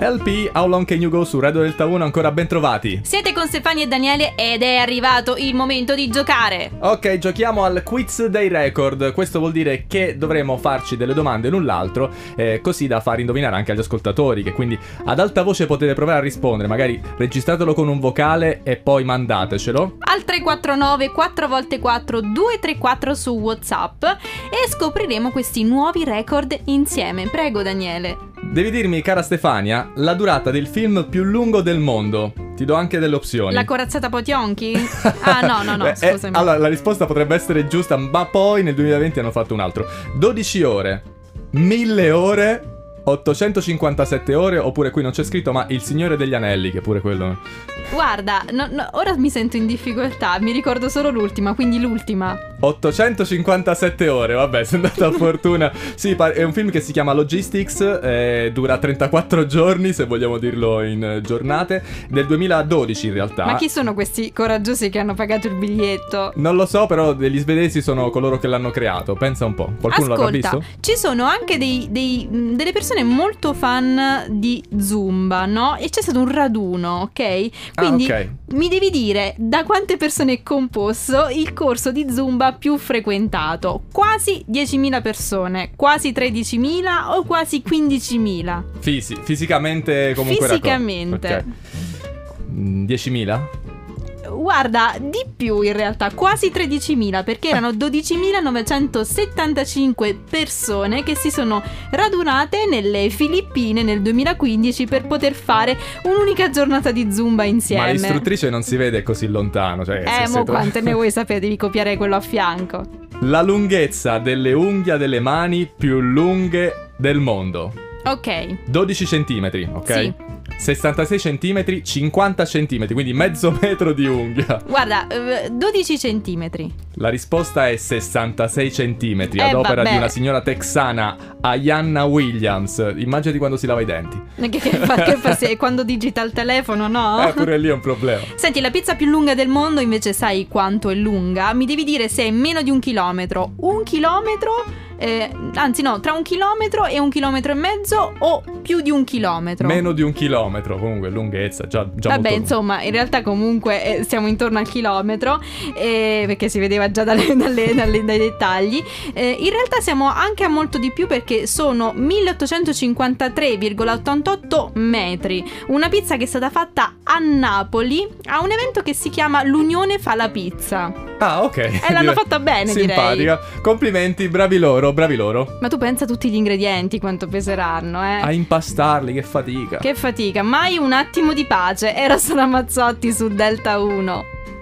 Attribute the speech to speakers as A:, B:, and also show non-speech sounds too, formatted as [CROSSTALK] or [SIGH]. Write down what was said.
A: LP How Long Can You Go su Radio Delta 1 ancora ben trovati.
B: Siete con Stefani e Daniele ed è arrivato il momento di giocare.
A: Ok, giochiamo al quiz dei record. Questo vuol dire che dovremo farci delle domande l'un l'altro, eh, così da far indovinare anche agli ascoltatori, che quindi ad alta voce potete provare a rispondere, magari registratelo con un vocale e poi mandatecelo.
B: Al 349 4x4 234 su WhatsApp e scopriremo questi nuovi record insieme. Prego Daniele.
A: Devi dirmi, cara Stefania, la durata del film più lungo del mondo. Ti do anche delle opzioni.
B: La
A: [LAUGHS]
B: corazzata Potionchi? Ah no, no, no,
A: Eh, eh,
B: scusami.
A: allora, la risposta potrebbe essere giusta, ma poi nel 2020 hanno fatto un altro. 12 ore, 1000 ore, 857 ore, oppure qui non c'è scritto, ma Il Signore degli Anelli, che pure quello...
B: Guarda, no- no, ora mi sento in difficoltà, mi ricordo solo l'ultima, quindi l'ultima.
A: 857 ore, vabbè, [LAUGHS] sono andata a fortuna. Sì, par- è un film che si chiama Logistics, eh, dura 34 giorni, se vogliamo dirlo in eh, giornate, del 2012 in realtà.
B: Ma chi sono questi coraggiosi che hanno pagato il biglietto?
A: Non lo so, però degli svedesi sono coloro che l'hanno creato. Pensa un po'. Qualcuno l'avrà
B: Ascolta,
A: visto?
B: ci sono anche dei- dei- mh, delle persone molto fan di Zumba, no? E c'è stato un raduno, ok? Quindi
A: Ah, ok.
B: mi devi dire da quante persone è composto il corso di Zumba più frequentato? Quasi 10.000 persone, quasi 13.000 o quasi 15.000?
A: Fisi- fisicamente comunque era co-
B: Fisicamente.
A: Ok. Mm, 10.000?
B: Guarda, di più in realtà, quasi 13.000,
A: [LAUGHS]
B: perché erano 12.975 persone che si sono radunate nelle Filippine nel 2015 per poter fare un'unica giornata di Zumba
A: Ma
B: insieme.
A: l'istruttrice non si vede così lontano. Cioè, se
B: eh,
A: sei
B: mo
A: tu-
B: quante ne
A: [LAUGHS]
B: vuoi sapere, devi copiare quello a fianco.
A: La lunghezza delle unghie delle mani più lunghe del mondo.
B: Ok,
A: 12 centimetri, ok?
B: Sì.
A: 66 centimetri, 50 centimetri, quindi mezzo [LAUGHS] metro di unghia.
B: guarda, eh, 12 centimetri.
A: La risposta è 66 centimetri,
B: Eh,
A: ad opera
B: vabbè.
A: di una signora texana, Ayanna Williams. Immaginati quando si lava i denti.
B: Che, che, fa- che fa- se- quando digita il telefono, no?
A: Eh, pure lì è un problema.
B: Senti, la pizza più lunga del mondo invece sai quanto è lunga? Mi devi dire se è meno di un chilometro. Un chilometro, eh, anzi no, tra un chilometro e un chilometro e mezzo o più di un chilometro?
A: Meno di un chilometro, comunque, lunghezza, già, già
B: Vabbè,
A: molto
B: insomma, in realtà comunque eh, siamo intorno al chilometro, eh, perché si vedeva già dalle- [LAUGHS] dalle- dalle- dai dettagli. Eh, in realtà siamo anche a molto di più perché sono 1853,88 metri. Una pizza che è stata fatta a Napoli a un evento che si chiama L'Unione fa la pizza.
A: Ah, ok.
B: E eh, l'hanno fatta bene, direi.
A: Simpatica. Complimenti, bravi loro, bravi loro.
B: Ma tu pensa a tutti gli ingredienti quanto peseranno, eh?
A: A impastarli, che fatica.
B: Che fatica, mai un attimo di pace. Era Sara Mazzotti su Delta 1.